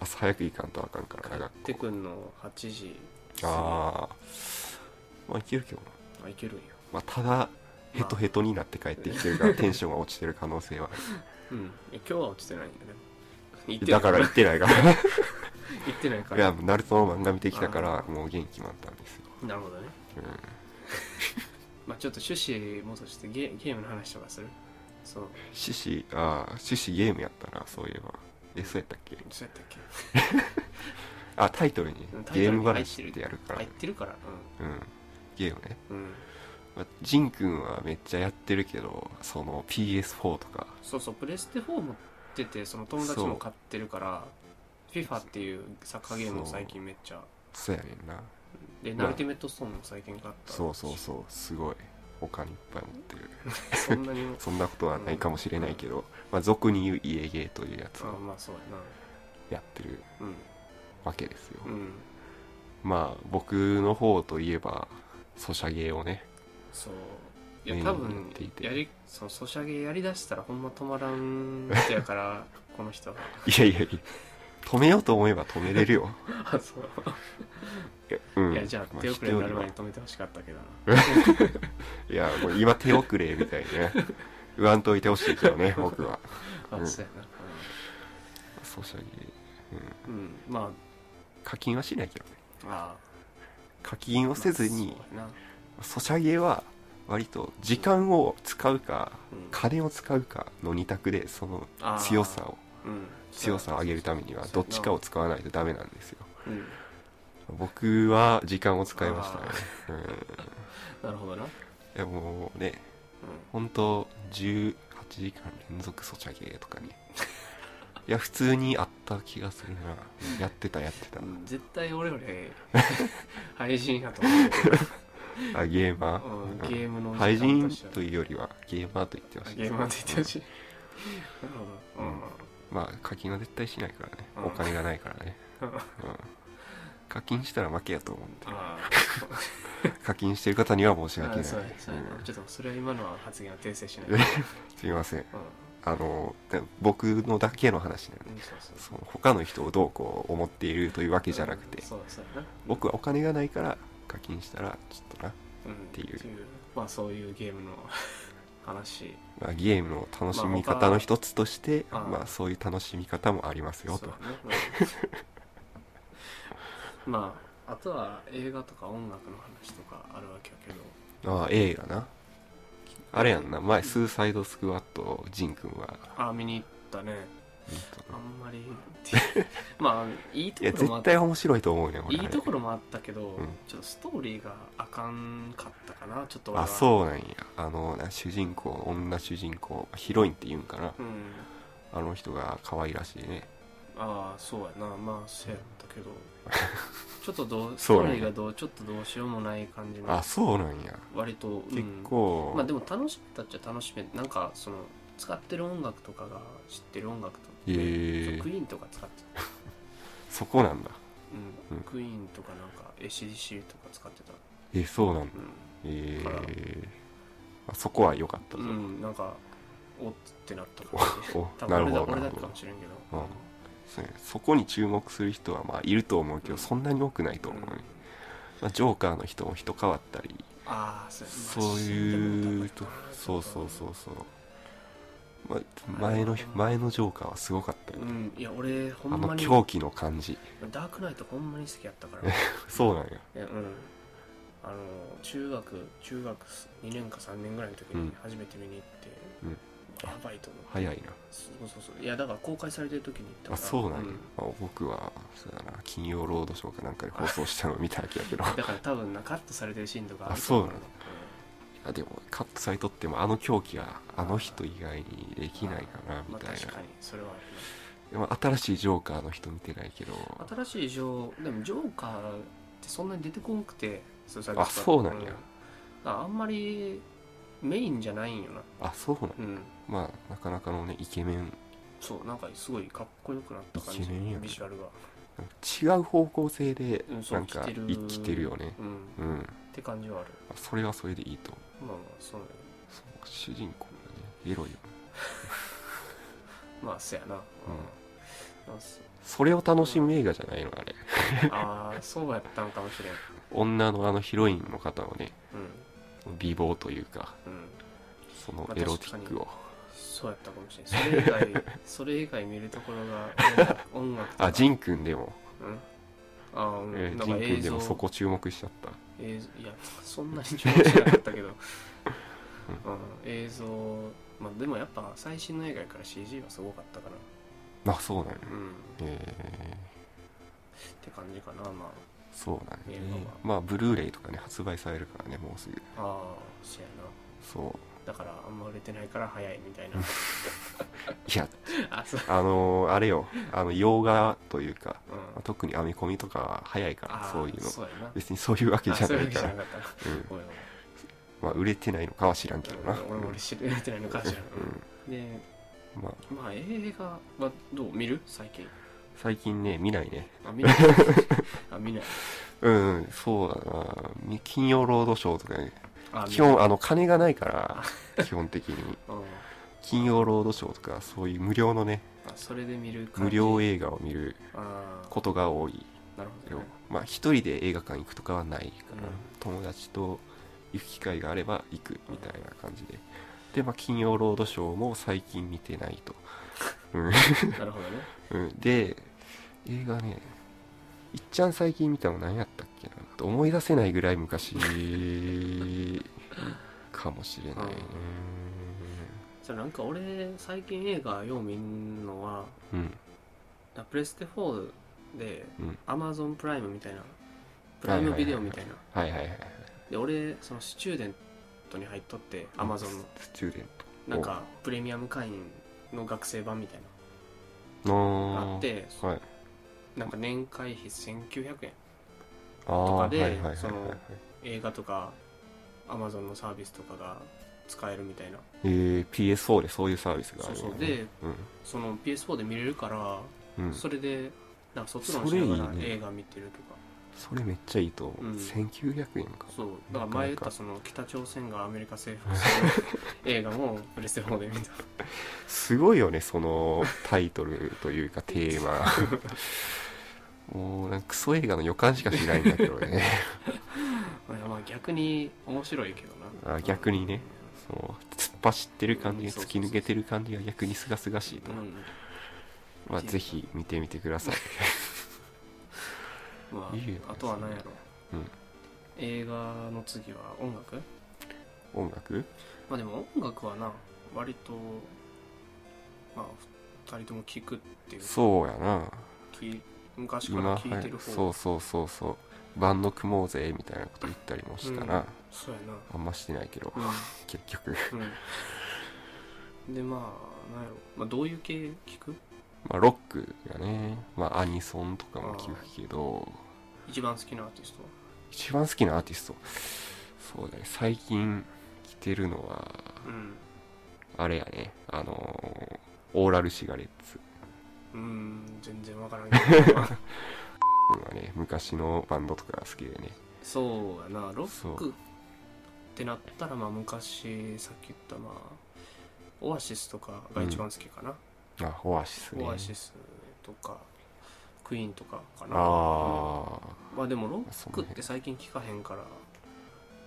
[SPEAKER 1] 朝早く行かんとあかんか
[SPEAKER 2] 帰っ
[SPEAKER 1] らな学校
[SPEAKER 2] てくんの8時
[SPEAKER 1] ああまあいけるけどな、
[SPEAKER 2] あいけるんや
[SPEAKER 1] まあ、ただヘトヘトになって帰ってきてるからテンションが落ちてる可能 性はあ
[SPEAKER 2] うんいや今日は落ちてないん だね行っ
[SPEAKER 1] る
[SPEAKER 2] てな
[SPEAKER 1] だ
[SPEAKER 2] い
[SPEAKER 1] から行ってないから
[SPEAKER 2] 行ってないか
[SPEAKER 1] いや
[SPEAKER 2] ら
[SPEAKER 1] ナルトの漫画見てきたからもう元気満タンですよ、
[SPEAKER 2] なるほどね
[SPEAKER 1] うん、
[SPEAKER 2] まあちょっと趣旨戻してゲゲームの話とかするそう
[SPEAKER 1] 獅子ああ獅子ゲームやったなそういえばえそうやったっけ
[SPEAKER 2] そうやったっけ
[SPEAKER 1] あタイトルに
[SPEAKER 2] うんタイトルに
[SPEAKER 1] ゲーム話ってやるから、
[SPEAKER 2] 入ってるから
[SPEAKER 1] うんゲームね、
[SPEAKER 2] うん、うん、
[SPEAKER 1] まあ、ジンくんはめっちゃやってるけどその PS4 とか
[SPEAKER 2] そうそうプレステ4持っててその友達も買ってるから FIFA っていうサッカーゲームも最近めっちゃ
[SPEAKER 1] そうやねんな
[SPEAKER 2] で
[SPEAKER 1] まあ
[SPEAKER 2] ナルティメットストーンも最近買った
[SPEAKER 1] そうそうそうすごい他にいっぱい持ってる
[SPEAKER 2] そんなにも
[SPEAKER 1] そんなことはないかもしれないけど、まあ、俗に言う家ゲーというやつ
[SPEAKER 2] あ
[SPEAKER 1] を
[SPEAKER 2] ま あそうや
[SPEAKER 1] やってる
[SPEAKER 2] な
[SPEAKER 1] わけですよ、
[SPEAKER 2] うんうん
[SPEAKER 1] まあ僕の方といえばソシャゲをね
[SPEAKER 2] そうい
[SPEAKER 1] メイ
[SPEAKER 2] や多
[SPEAKER 1] ンにな
[SPEAKER 2] 分
[SPEAKER 1] っていて
[SPEAKER 2] やりそのソシャゲやりだしたらほんま止まらん人やから この人はい
[SPEAKER 1] やいやいや止めようと思えば止めれ るよ、
[SPEAKER 2] あそう
[SPEAKER 1] うん、
[SPEAKER 2] いやじゃあ
[SPEAKER 1] ま
[SPEAKER 2] 手遅れになる前に
[SPEAKER 1] 人
[SPEAKER 2] 止
[SPEAKER 1] よ
[SPEAKER 2] めてほしかったけどな
[SPEAKER 1] りはいやもう今手遅れみたい ね言わんといてほしいけどね僕はう
[SPEAKER 2] あ
[SPEAKER 1] ん
[SPEAKER 2] そうやな
[SPEAKER 1] ソシャゲ
[SPEAKER 2] うん、うんま
[SPEAKER 1] 課金はしないけどね
[SPEAKER 2] ああ
[SPEAKER 1] 課金を
[SPEAKER 2] あ
[SPEAKER 1] せずに
[SPEAKER 2] まあそうやな
[SPEAKER 1] ソシャゲは割と時間を使うか
[SPEAKER 2] うん
[SPEAKER 1] 金を使うかの二択でその
[SPEAKER 2] あー
[SPEAKER 1] 強さを
[SPEAKER 2] うん
[SPEAKER 1] 強さを上げるためにはどっちかを使わないとダメなんですよ
[SPEAKER 2] うん
[SPEAKER 1] 僕は時間を使いましたね
[SPEAKER 2] なるほどな
[SPEAKER 1] うんいやもうね本当18時間連続ソチャゲと かねいや普通にあった気がするなやってたやってた
[SPEAKER 2] うん絶対俺より 配信やと思うけど
[SPEAKER 1] あゲーマ
[SPEAKER 2] うん
[SPEAKER 1] ー
[SPEAKER 2] ゲームの
[SPEAKER 1] うん
[SPEAKER 2] 時
[SPEAKER 1] 廃人
[SPEAKER 2] 間しては
[SPEAKER 1] というよりはゲーマーと言ってほしい
[SPEAKER 2] ゲームは出てほしい。なるほど。
[SPEAKER 1] まあ課金は絶対しないからね
[SPEAKER 2] うん
[SPEAKER 1] お金がないからね、
[SPEAKER 2] うん。あ
[SPEAKER 1] うん、課金したら負けやと思うんで
[SPEAKER 2] あ。
[SPEAKER 1] 課金してる方には申し
[SPEAKER 2] そうや
[SPEAKER 1] 訳ない
[SPEAKER 2] そうやそうや
[SPEAKER 1] うん
[SPEAKER 2] ちょっとそれは今のは発言は訂正しない。
[SPEAKER 1] え
[SPEAKER 2] うん。
[SPEAKER 1] すいませんあので僕のだけの話なんで
[SPEAKER 2] うんそうそう
[SPEAKER 1] その他の人をどうこう思っているというわけじゃなくて
[SPEAKER 2] そうそうやな。
[SPEAKER 1] 僕はお金がないから課金したらちょっとな、
[SPEAKER 2] うん。って
[SPEAKER 1] いう
[SPEAKER 2] まあそういうゲーム の話。
[SPEAKER 1] まあ、ゲームの楽しみ方の一つとして、
[SPEAKER 2] まあ他
[SPEAKER 1] まあ、そういう楽しみ方もありますよ
[SPEAKER 2] そう
[SPEAKER 1] と
[SPEAKER 2] やねうんまあ、あとは映画とか音楽の話とかあるわけやけど。
[SPEAKER 1] ああ映画なあれやんな前スーサイドスクワットをジン君は
[SPEAKER 2] ああ、見に行ったね。
[SPEAKER 1] 見
[SPEAKER 2] あ
[SPEAKER 1] たなん
[SPEAKER 2] まり。 まあ、いいと
[SPEAKER 1] いや
[SPEAKER 2] ころもあ
[SPEAKER 1] 絶
[SPEAKER 2] った
[SPEAKER 1] 対面白いと思うね俺
[SPEAKER 2] いいところもあったけど、
[SPEAKER 1] ん
[SPEAKER 2] ちょっとストーリーがあかんかったかなちょっと俺は
[SPEAKER 1] あそうなんやあのな主人公女主人公ヒロインって言うんかな
[SPEAKER 2] うん
[SPEAKER 1] あの人が可愛らしいね
[SPEAKER 2] ああそうやなまあそうやった けどちょっとどうス
[SPEAKER 1] そう
[SPEAKER 2] ト
[SPEAKER 1] な
[SPEAKER 2] ー
[SPEAKER 1] んや
[SPEAKER 2] リーがどうちょっとどうしようもない感じ
[SPEAKER 1] あ
[SPEAKER 2] の
[SPEAKER 1] そうなんや
[SPEAKER 2] 割と、うん
[SPEAKER 1] 結構、
[SPEAKER 2] まあでも楽しめたっちゃ楽しめなんかその使ってる音楽とかが知ってる音楽とか、
[SPEAKER 1] へえ
[SPEAKER 2] クイーンとか使ってた、
[SPEAKER 1] そこなんだ
[SPEAKER 2] うん
[SPEAKER 1] うん
[SPEAKER 2] クイーンとかなんか ACDC とか使ってた
[SPEAKER 1] えそうなんだ
[SPEAKER 2] う
[SPEAKER 1] え
[SPEAKER 2] から
[SPEAKER 1] ーあそこは良かった
[SPEAKER 2] ん、
[SPEAKER 1] ぞ、
[SPEAKER 2] うん、なんかおってなった感じ
[SPEAKER 1] お
[SPEAKER 2] 多
[SPEAKER 1] な
[SPEAKER 2] 分俺
[SPEAKER 1] る
[SPEAKER 2] だ
[SPEAKER 1] ほど
[SPEAKER 2] 俺だ
[SPEAKER 1] なる
[SPEAKER 2] けか
[SPEAKER 1] ほど
[SPEAKER 2] もしれんけ
[SPEAKER 1] う
[SPEAKER 2] ど、
[SPEAKER 1] んそうねそこに注目する人はまあいると思うけど、
[SPEAKER 2] うん
[SPEAKER 1] そんなに多くないと思うね、
[SPEAKER 2] うん
[SPEAKER 1] まあ、ジョーカーの人も人変わったり
[SPEAKER 2] ああそう
[SPEAKER 1] そういうとそうそうそうそう、まあ、前の前のジョーカーはすごかったよ
[SPEAKER 2] う
[SPEAKER 1] ね、
[SPEAKER 2] んいや俺ほ
[SPEAKER 1] あ
[SPEAKER 2] んま
[SPEAKER 1] の
[SPEAKER 2] に
[SPEAKER 1] 狂気の感じ
[SPEAKER 2] ダークナイトほんまに好きやったからい
[SPEAKER 1] そうなんや
[SPEAKER 2] やうんあの中学中学2年か3年ぐらいの時
[SPEAKER 1] う
[SPEAKER 2] に
[SPEAKER 1] ん
[SPEAKER 2] 初めて見に行って、
[SPEAKER 1] うん
[SPEAKER 2] やばいと思って
[SPEAKER 1] 早いな
[SPEAKER 2] そうそうそういやだから公開されてる時に行ったから
[SPEAKER 1] あそうなんや、まあ、僕はそうだな金曜ロードショーかなんかで放送したのを見ただけや けど
[SPEAKER 2] だから多分なカットされてるシーンとか
[SPEAKER 1] あそうなのあでもカットされとってもあの狂気はあの人以外にできないかなみ
[SPEAKER 2] まあ
[SPEAKER 1] たい
[SPEAKER 2] 確
[SPEAKER 1] な
[SPEAKER 2] かにそれはあるな
[SPEAKER 1] でも新しいジョーカーの人見てないけど
[SPEAKER 2] 新しいジョーでもジョーカーってそんなに出てこなくてそうさ
[SPEAKER 1] あそうなんや
[SPEAKER 2] だからあんまりメインじゃないんよな
[SPEAKER 1] あそうなん
[SPEAKER 2] うん
[SPEAKER 1] まあなかなかのねイケメン
[SPEAKER 2] そうなんかすごいかっこよくなった感じ
[SPEAKER 1] イケメンやね
[SPEAKER 2] ビジュアルが
[SPEAKER 1] なんか違う方向性で
[SPEAKER 2] うんそう
[SPEAKER 1] なんか
[SPEAKER 2] 来てる
[SPEAKER 1] 生きてるよね
[SPEAKER 2] うん
[SPEAKER 1] うん
[SPEAKER 2] って感じはある
[SPEAKER 1] それはそれでいいと思う
[SPEAKER 2] まあまあそうだよね
[SPEAKER 1] そう主人公がねエロいよね
[SPEAKER 2] まあそうやなうんなんす
[SPEAKER 1] それを楽しむ映画じゃないのあれ
[SPEAKER 2] ああそうやったんかもしれん
[SPEAKER 1] 女のあのヒロインの方をね
[SPEAKER 2] う
[SPEAKER 1] 美貌というか
[SPEAKER 2] んうん
[SPEAKER 1] そのエロティックを
[SPEAKER 2] そうやったかもしれんそれ以 外それ以外見るところが音楽音楽とか
[SPEAKER 1] あジンくんでも、
[SPEAKER 2] うんああうん
[SPEAKER 1] えー
[SPEAKER 2] なん
[SPEAKER 1] ジ
[SPEAKER 2] か
[SPEAKER 1] ンく
[SPEAKER 2] 映
[SPEAKER 1] んで
[SPEAKER 2] 像
[SPEAKER 1] もそこ注目しちゃった
[SPEAKER 2] 映像いやそんなに上手じゃなかったけど、うん、映像まあでもやっぱ最新の映画やから CG はすごかったかな
[SPEAKER 1] あそうなんや
[SPEAKER 2] うんっ
[SPEAKER 1] え
[SPEAKER 2] て感じかなま
[SPEAKER 1] ー、そうなんやね
[SPEAKER 2] 映画は
[SPEAKER 1] まあブルーレイとかね発売されるからねもうすぐ
[SPEAKER 2] あああそうやな
[SPEAKER 1] そう
[SPEAKER 2] だからあんま売れてないから早いみたいな
[SPEAKER 1] いや
[SPEAKER 2] あそう
[SPEAKER 1] あのーあれよあの洋画というか
[SPEAKER 2] うん
[SPEAKER 1] 特に編み込みとかは早いから
[SPEAKER 2] あ
[SPEAKER 1] そういうの
[SPEAKER 2] そうやな
[SPEAKER 1] 別にそういうわけじ
[SPEAKER 2] あ
[SPEAKER 1] ゃ
[SPEAKER 2] そう
[SPEAKER 1] な
[SPEAKER 2] いう
[SPEAKER 1] い
[SPEAKER 2] わけじ
[SPEAKER 1] か
[SPEAKER 2] ゃ
[SPEAKER 1] ら
[SPEAKER 2] なかったな
[SPEAKER 1] うん
[SPEAKER 2] ごめんごめん
[SPEAKER 1] まあ売れてないのかは知らんけどな
[SPEAKER 2] うん俺も俺知れてないのかしら、ん、で
[SPEAKER 1] うんまあ
[SPEAKER 2] まあ映画はどう見る最近
[SPEAKER 1] 最近ね見ないね
[SPEAKER 2] あ見 ないあ見ない
[SPEAKER 1] うん、うん、そうだなみ金曜ロードショーとかね
[SPEAKER 2] あ
[SPEAKER 1] 基本あの金がないから基本的 に
[SPEAKER 2] 見ないうん
[SPEAKER 1] 金曜ロードショーとかそういう無料のね
[SPEAKER 2] あそれで見る感
[SPEAKER 1] 無
[SPEAKER 2] じ
[SPEAKER 1] 料映画を見る
[SPEAKER 2] ああ
[SPEAKER 1] ことが多い
[SPEAKER 2] なるほど、
[SPEAKER 1] よ
[SPEAKER 2] ね、
[SPEAKER 1] まあ一人で映画館行くとかはないかな、
[SPEAKER 2] うん
[SPEAKER 1] 友達と行く機会があれば行くみたいな感じででまあ金曜ロードショーも最近見てないと、うん
[SPEAKER 2] なるほどね
[SPEAKER 1] うん、で映画ねいっちゃん最近見たの何やったっけな思い出せないぐらい 昔かもしれないね
[SPEAKER 2] じゃあなんか俺最近映画よう見んのは
[SPEAKER 1] うん
[SPEAKER 2] なプレステ4で
[SPEAKER 1] うん
[SPEAKER 2] アマゾンプライムみたいなプライムビデオみたいな
[SPEAKER 1] はいはいはい
[SPEAKER 2] で俺そのスチューデントに入っとってアマゾンの
[SPEAKER 1] スチューデント
[SPEAKER 2] なんかプレミアム会員の学生版みたいなのがあ
[SPEAKER 1] あ
[SPEAKER 2] って
[SPEAKER 1] はい
[SPEAKER 2] なんか年会費1900円
[SPEAKER 1] あー
[SPEAKER 2] かで
[SPEAKER 1] はいはいはいはい
[SPEAKER 2] その映画とかアマゾンのサービスとかが使えるみたいな
[SPEAKER 1] えー、PS4 でそういうサービスがあ
[SPEAKER 2] そう
[SPEAKER 1] る
[SPEAKER 2] そう
[SPEAKER 1] ね
[SPEAKER 2] で
[SPEAKER 1] う
[SPEAKER 2] その PS4 で見れるから
[SPEAKER 1] んうん
[SPEAKER 2] それでなんか卒論
[SPEAKER 1] そ
[SPEAKER 2] し
[SPEAKER 1] れいいね
[SPEAKER 2] ながら映画見てるとか
[SPEAKER 1] それめっちゃいいと思う、
[SPEAKER 2] うん
[SPEAKER 1] 1900円か
[SPEAKER 2] そうだから
[SPEAKER 1] なかなか
[SPEAKER 2] 前言ったその北朝鮮がアメリカ征服 する映画もプレステ4で見た
[SPEAKER 1] すごいよねそのタイトルとい うかテーマもうなんかクソ映画の予感しかしないんだけどね
[SPEAKER 2] いやまあ逆に面白いけどな
[SPEAKER 1] あ逆にねその突っ走ってる感じ
[SPEAKER 2] うん
[SPEAKER 1] が
[SPEAKER 2] そう
[SPEAKER 1] 突
[SPEAKER 2] そう
[SPEAKER 1] き抜けてる感じが逆にすがすがしいと
[SPEAKER 2] う
[SPEAKER 1] 思う、
[SPEAKER 2] ん
[SPEAKER 1] まあ、ぜひ見てみてください
[SPEAKER 2] ま
[SPEAKER 1] いいよね
[SPEAKER 2] ああとは何やろ
[SPEAKER 1] うん
[SPEAKER 2] 映画の次は音楽
[SPEAKER 1] 音楽
[SPEAKER 2] まあでも音楽はな割とまあ2人とも聴くっていう
[SPEAKER 1] そうやな
[SPEAKER 2] き昔か
[SPEAKER 1] 今
[SPEAKER 2] ら
[SPEAKER 1] は
[SPEAKER 2] 聴いてる
[SPEAKER 1] い
[SPEAKER 2] 方
[SPEAKER 1] そうそうそうそうバンド組もうぜみたいなこと言ったりもしたな、
[SPEAKER 2] そうや
[SPEAKER 1] あんましてないけど
[SPEAKER 2] な
[SPEAKER 1] 結局
[SPEAKER 2] うんうん でまあ何やろまあどういう系聴く
[SPEAKER 1] まあ、ロックがね、まあ、アニソンとかも聞くけど
[SPEAKER 2] 一番好きなアーティストは
[SPEAKER 1] 一番好きなアーティストそうだね最近着てるのは
[SPEAKER 2] うん
[SPEAKER 1] あれやねあのーオーラルシガレッツ
[SPEAKER 2] うん全然わからんけど
[SPEAKER 1] はね昔のバンドとかが好きでね
[SPEAKER 2] そうやなロ
[SPEAKER 1] そ
[SPEAKER 2] ッ
[SPEAKER 1] う
[SPEAKER 2] クってなったらまあ昔さっき言ったまあオアシスとかが一番好きかな、
[SPEAKER 1] あオアシスね
[SPEAKER 2] オアシスとかクイーンとかかな
[SPEAKER 1] あ
[SPEAKER 2] うんまあでもロックって最近聞かへんから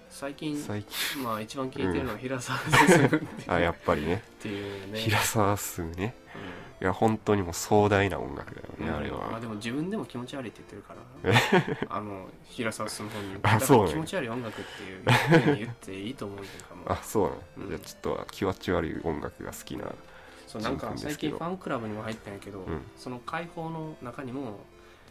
[SPEAKER 2] 最近
[SPEAKER 1] あ最近
[SPEAKER 2] まあ一番聞いてるのは平沢進っていう
[SPEAKER 1] あやっぱりね
[SPEAKER 2] っていうね
[SPEAKER 1] 平沢進ねいや本当にもう壮大な音楽だよ
[SPEAKER 2] うん
[SPEAKER 1] ねあれ
[SPEAKER 2] まあ
[SPEAKER 1] は
[SPEAKER 2] でも自分でも気持ち悪いって言ってる からあの平沢進本人
[SPEAKER 1] あ
[SPEAKER 2] だから
[SPEAKER 1] そうなんや
[SPEAKER 2] 気持ち悪い音楽っていうふうに言っていいと思うけどかも
[SPEAKER 1] あそうな
[SPEAKER 2] うん
[SPEAKER 1] のじゃあちょっと気持ち悪い音楽が好きな
[SPEAKER 2] そうなんか
[SPEAKER 1] 人間で
[SPEAKER 2] 最
[SPEAKER 1] すけ
[SPEAKER 2] 近
[SPEAKER 1] ど
[SPEAKER 2] ファンクラブにも入ったんやけど、
[SPEAKER 1] うん
[SPEAKER 2] その解放の中にも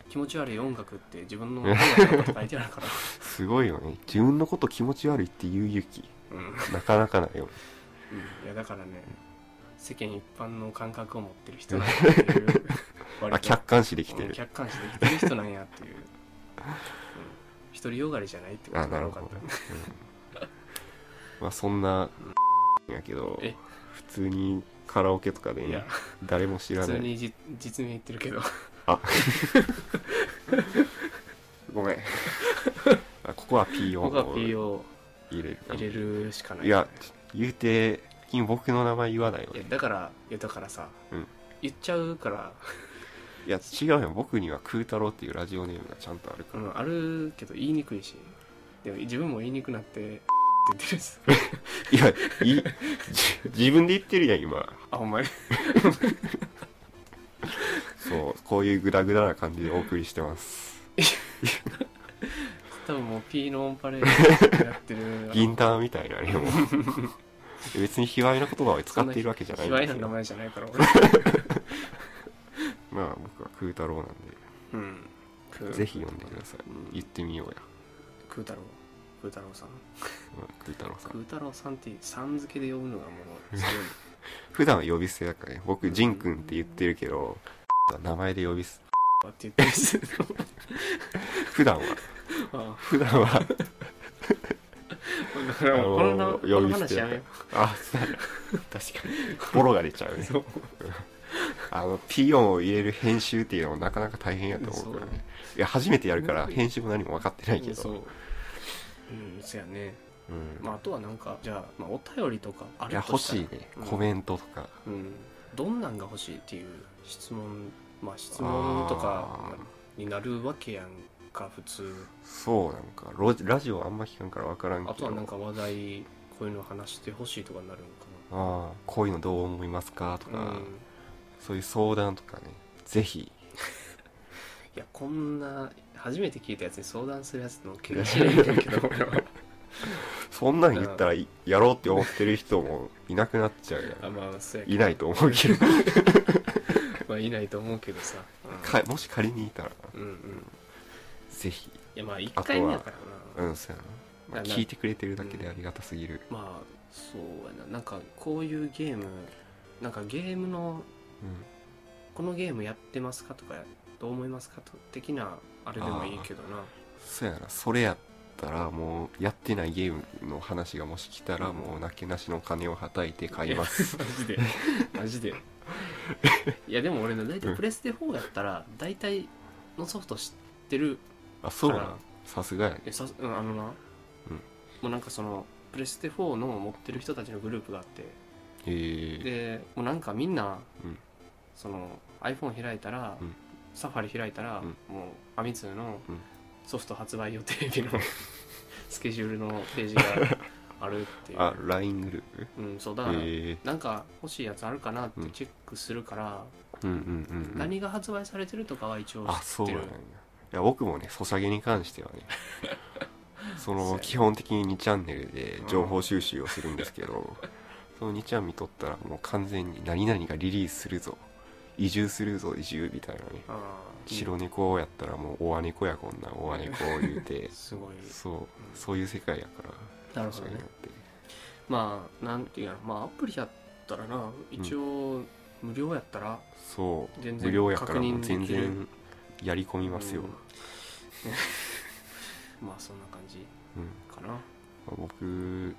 [SPEAKER 2] 気持ち悪い音楽って自分の音楽のこと書いてある から、
[SPEAKER 1] すごいよね自分のこと気持ち悪いって言う勇気
[SPEAKER 2] うんうん、
[SPEAKER 1] なかなかないよね
[SPEAKER 2] いやだからね世間一般の感覚を持ってる人なんやっていう割
[SPEAKER 1] あ客観視できて
[SPEAKER 2] うん
[SPEAKER 1] る、
[SPEAKER 2] 客観視できてる人なんやっていう、うん、独りよがりじゃないってこと
[SPEAKER 1] あ
[SPEAKER 2] が
[SPEAKER 1] なる
[SPEAKER 2] 分
[SPEAKER 1] ほ
[SPEAKER 2] かっ
[SPEAKER 1] ど、
[SPEAKER 2] た
[SPEAKER 1] うんまあそんな、やけど
[SPEAKER 2] え
[SPEAKER 1] 普通にカラオケとかで
[SPEAKER 2] いや
[SPEAKER 1] 誰も知
[SPEAKER 2] 普
[SPEAKER 1] らな
[SPEAKER 2] 通
[SPEAKER 1] い
[SPEAKER 2] にじ実名言ってるけど
[SPEAKER 1] ご めんあここは P を
[SPEAKER 2] 僕は P を
[SPEAKER 1] 入れるか
[SPEAKER 2] 入れるしかない
[SPEAKER 1] いや言うて最近僕の名前言わないよ
[SPEAKER 2] い
[SPEAKER 1] ね
[SPEAKER 2] やだからいやだからさ、
[SPEAKER 1] うん
[SPEAKER 2] 言っちゃうから
[SPEAKER 1] いや違うよ僕には空太郎っていうラジオネームがちゃんとあるか
[SPEAKER 2] う
[SPEAKER 1] ら、
[SPEAKER 2] ん、あるけど言いにくいしでも自分も言いにくくなってって言ってるんです
[SPEAKER 1] いやい自分で言ってるやん今
[SPEAKER 2] あほんまに
[SPEAKER 1] そうこういうグダグダな感じでお送りしてます
[SPEAKER 2] 多分もう P のオンパレードやってる
[SPEAKER 1] 銀タンみたいなねもう別に卑猥な言葉を使っているわけじゃない
[SPEAKER 2] 卑
[SPEAKER 1] んで
[SPEAKER 2] 猥
[SPEAKER 1] す
[SPEAKER 2] な名
[SPEAKER 1] よ
[SPEAKER 2] 前じゃないから俺
[SPEAKER 1] まあ僕は空太郎なん
[SPEAKER 2] うん
[SPEAKER 1] でぜひ読んでください言ってみようや、
[SPEAKER 2] 空太郎空太郎さん
[SPEAKER 1] うん、空太郎さん
[SPEAKER 2] 空太郎さんってさん付けで呼ぶのがもうすごい
[SPEAKER 1] 普段は呼び捨てだからね僕仁君って言ってるけどは名前で呼び捨て
[SPEAKER 2] わって言ってるんですけど
[SPEAKER 1] 普段は
[SPEAKER 2] あ
[SPEAKER 1] 普段は
[SPEAKER 2] あ だからもうこのな
[SPEAKER 1] あの
[SPEAKER 2] この
[SPEAKER 1] 呼び捨
[SPEAKER 2] 話
[SPEAKER 1] てだ
[SPEAKER 2] や
[SPEAKER 1] から
[SPEAKER 2] め よ
[SPEAKER 1] あそう確かにボロが出ちゃう
[SPEAKER 2] う
[SPEAKER 1] ね
[SPEAKER 2] そう
[SPEAKER 1] あのピヨンを入れる編集っていうのもなかなか大変やと思うからねいや初めてやるから編集も何も分かってないけ
[SPEAKER 2] そう
[SPEAKER 1] ど
[SPEAKER 2] うんそやね
[SPEAKER 1] うん
[SPEAKER 2] まああとはなんかじゃあ、まあ、お便りとかあ
[SPEAKER 1] い
[SPEAKER 2] る
[SPEAKER 1] や
[SPEAKER 2] と
[SPEAKER 1] 欲
[SPEAKER 2] したら
[SPEAKER 1] しいね
[SPEAKER 2] うん
[SPEAKER 1] コメントとか
[SPEAKER 2] うん、どんなんが欲しいっていう質問まあ質問とか
[SPEAKER 1] あ
[SPEAKER 2] になるわけやんか普通
[SPEAKER 1] ーそうなんかロジラジオあんま聞かんから分からんけど
[SPEAKER 2] あとはなんか話題こういうの話してほしいとかになるんか
[SPEAKER 1] あーこういうのどう思いますかと
[SPEAKER 2] な
[SPEAKER 1] か、
[SPEAKER 2] うん
[SPEAKER 1] そういう相談とかねぜひ
[SPEAKER 2] いやこんな初めて聞いたやつに相談するやつの気がしないんだけ ど俺は
[SPEAKER 1] そんなん言ったらいやろうって思ってる人もいなくなっちゃうや
[SPEAKER 2] あ
[SPEAKER 1] ん
[SPEAKER 2] まあそうやけ
[SPEAKER 1] いないと思うけど
[SPEAKER 2] ど、まあ、いないと思うけどさ、うん
[SPEAKER 1] かもし仮にいたら
[SPEAKER 2] うんうん
[SPEAKER 1] ぜひ
[SPEAKER 2] いやまあ1回目だからな
[SPEAKER 1] うんそうやな、ま
[SPEAKER 2] な
[SPEAKER 1] あ聞いてくれてるだけでありがたすぎる、
[SPEAKER 2] まあそうやななんかこういうゲームなんかゲームの
[SPEAKER 1] うん
[SPEAKER 2] このゲームやってますかとかどう思いますかと的なあれでもいいけどな
[SPEAKER 1] そうやなそれやったらもうやってないゲームの話がもし来たら
[SPEAKER 2] うん
[SPEAKER 1] もうなけなしの金をはたいて買います
[SPEAKER 2] マジ でマジでいやでも俺の大体プレステ4やったら大体のソフト知ってる
[SPEAKER 1] あそう
[SPEAKER 2] あ
[SPEAKER 1] な
[SPEAKER 2] ら
[SPEAKER 1] さすがやね
[SPEAKER 2] えさうんあのな、
[SPEAKER 1] うん
[SPEAKER 2] もうなんかそのプレステ4の持ってる人たちのグループがあって
[SPEAKER 1] へえ
[SPEAKER 2] でもうなんかみんな、
[SPEAKER 1] うん
[SPEAKER 2] その iPhone 開いたら、
[SPEAKER 1] うん
[SPEAKER 2] サファリ開いたら、
[SPEAKER 1] うん
[SPEAKER 2] もうファミ通の
[SPEAKER 1] うん
[SPEAKER 2] ソフト発売予定 日のスケジュールのページがあるっていう
[SPEAKER 1] あ LINE グループ
[SPEAKER 2] うん、そうだから、
[SPEAKER 1] へえ
[SPEAKER 2] なんか欲しいやつあるかなって
[SPEAKER 1] うん
[SPEAKER 2] チェックするから、
[SPEAKER 1] うんうんうんうん
[SPEAKER 2] 何が発売されてるとかは一応
[SPEAKER 1] あ
[SPEAKER 2] 知
[SPEAKER 1] そ
[SPEAKER 2] っ
[SPEAKER 1] う
[SPEAKER 2] て
[SPEAKER 1] なん
[SPEAKER 2] る
[SPEAKER 1] やいや僕もねソシャゲに関しては ねそ
[SPEAKER 2] そうや
[SPEAKER 1] の
[SPEAKER 2] ね
[SPEAKER 1] 基本的に2チャンネルで情報収集をするんですけど、その2ちゃん見とったらもう完全に何々がリリースするぞ移住するぞ移住みたいなね
[SPEAKER 2] あー
[SPEAKER 1] 白猫やったらもうオア猫やこんなんオア猫言う
[SPEAKER 2] う
[SPEAKER 1] て
[SPEAKER 2] んすごい
[SPEAKER 1] そうそういう世界やから
[SPEAKER 2] なるほどね
[SPEAKER 1] ソシャゲって
[SPEAKER 2] まあなんていうかなまあアプリやったらな一応無料やったら
[SPEAKER 1] そう
[SPEAKER 2] 全然
[SPEAKER 1] 無料やからもう
[SPEAKER 2] 確認
[SPEAKER 1] 全
[SPEAKER 2] できる
[SPEAKER 1] 然やり込みますよ、
[SPEAKER 2] うん まあそんな感じ
[SPEAKER 1] うん
[SPEAKER 2] かな
[SPEAKER 1] まあ僕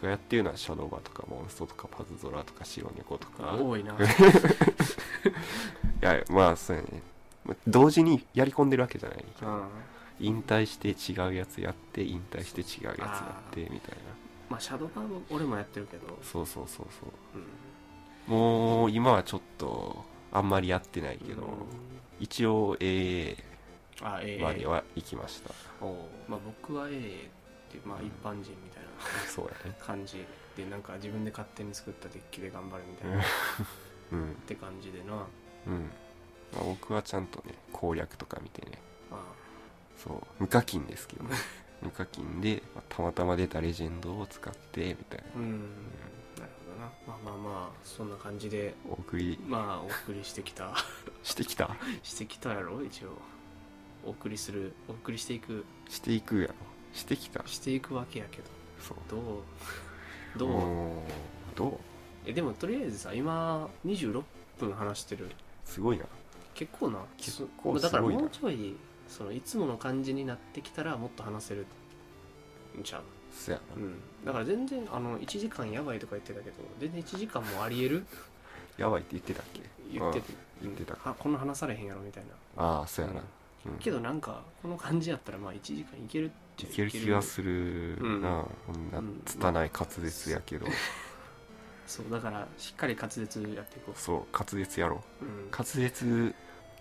[SPEAKER 1] がやってるのはシャドーバとかモンストとかパズドラとか白猫とかい
[SPEAKER 2] 多い な
[SPEAKER 1] やまあそうやねまあ同時にやり込んでるわけじゃないけ
[SPEAKER 2] う
[SPEAKER 1] ど、
[SPEAKER 2] ん
[SPEAKER 1] 引退して違うやつやって引退して違うやつやってみたいな
[SPEAKER 2] まあシャドーバーは俺もやってるけど、
[SPEAKER 1] そうそうそうそう
[SPEAKER 2] うん、
[SPEAKER 1] もう今はちょっとあんまりやってないけど、
[SPEAKER 2] うん
[SPEAKER 1] 一応 AA
[SPEAKER 2] あええ
[SPEAKER 1] までは行きました、
[SPEAKER 2] おうまあ僕は A ってまあ一般人みたいな
[SPEAKER 1] そうやね
[SPEAKER 2] 感じでなんか自分で勝手に作ったデッキで頑張るみたいなっ
[SPEAKER 1] うん
[SPEAKER 2] て感じでな
[SPEAKER 1] うん、まあ、僕はちゃんとね攻略とか見てね
[SPEAKER 2] あ
[SPEAKER 1] そう無課金ですけど 無課金でまあたまたま出たレジェンドを使ってみたいな
[SPEAKER 2] うんなるほどなまあまあまあそんな感じで
[SPEAKER 1] お送り
[SPEAKER 2] まあお送りしてきた
[SPEAKER 1] してきた
[SPEAKER 2] してきたやろ一応お送りするお送りしていく
[SPEAKER 1] していくやろしてきた
[SPEAKER 2] していくわけやけ
[SPEAKER 1] そう
[SPEAKER 2] どどう どう、
[SPEAKER 1] もうどう
[SPEAKER 2] えでもとりあえずさ今26分話してる
[SPEAKER 1] すごいな
[SPEAKER 2] 結構な
[SPEAKER 1] 結構
[SPEAKER 2] そだから
[SPEAKER 1] すごいな
[SPEAKER 2] もうちょいそのいつもの感じになってきたらもっと話せるんちゃう
[SPEAKER 1] そや
[SPEAKER 2] う、
[SPEAKER 1] な
[SPEAKER 2] だ
[SPEAKER 1] ん
[SPEAKER 2] から全然あの1時間やばいとか言ってたけど全然1時間もありえる
[SPEAKER 1] やばいって言ってたっけ
[SPEAKER 2] 言って
[SPEAKER 1] うん
[SPEAKER 2] て、
[SPEAKER 1] 言ってた
[SPEAKER 2] うんあこんな話されへんやろみたいな
[SPEAKER 1] ああそうやな、うん
[SPEAKER 2] けどなんかこの感じやったらまあ1時間いけるっ
[SPEAKER 1] い
[SPEAKER 2] ちゃ
[SPEAKER 1] ける気がするな、こ
[SPEAKER 2] うんん
[SPEAKER 1] な拙い滑舌やけど、
[SPEAKER 2] そうだからしっかり滑舌やっていこ
[SPEAKER 1] そう滑舌やろう
[SPEAKER 2] う、うん、
[SPEAKER 1] 滑舌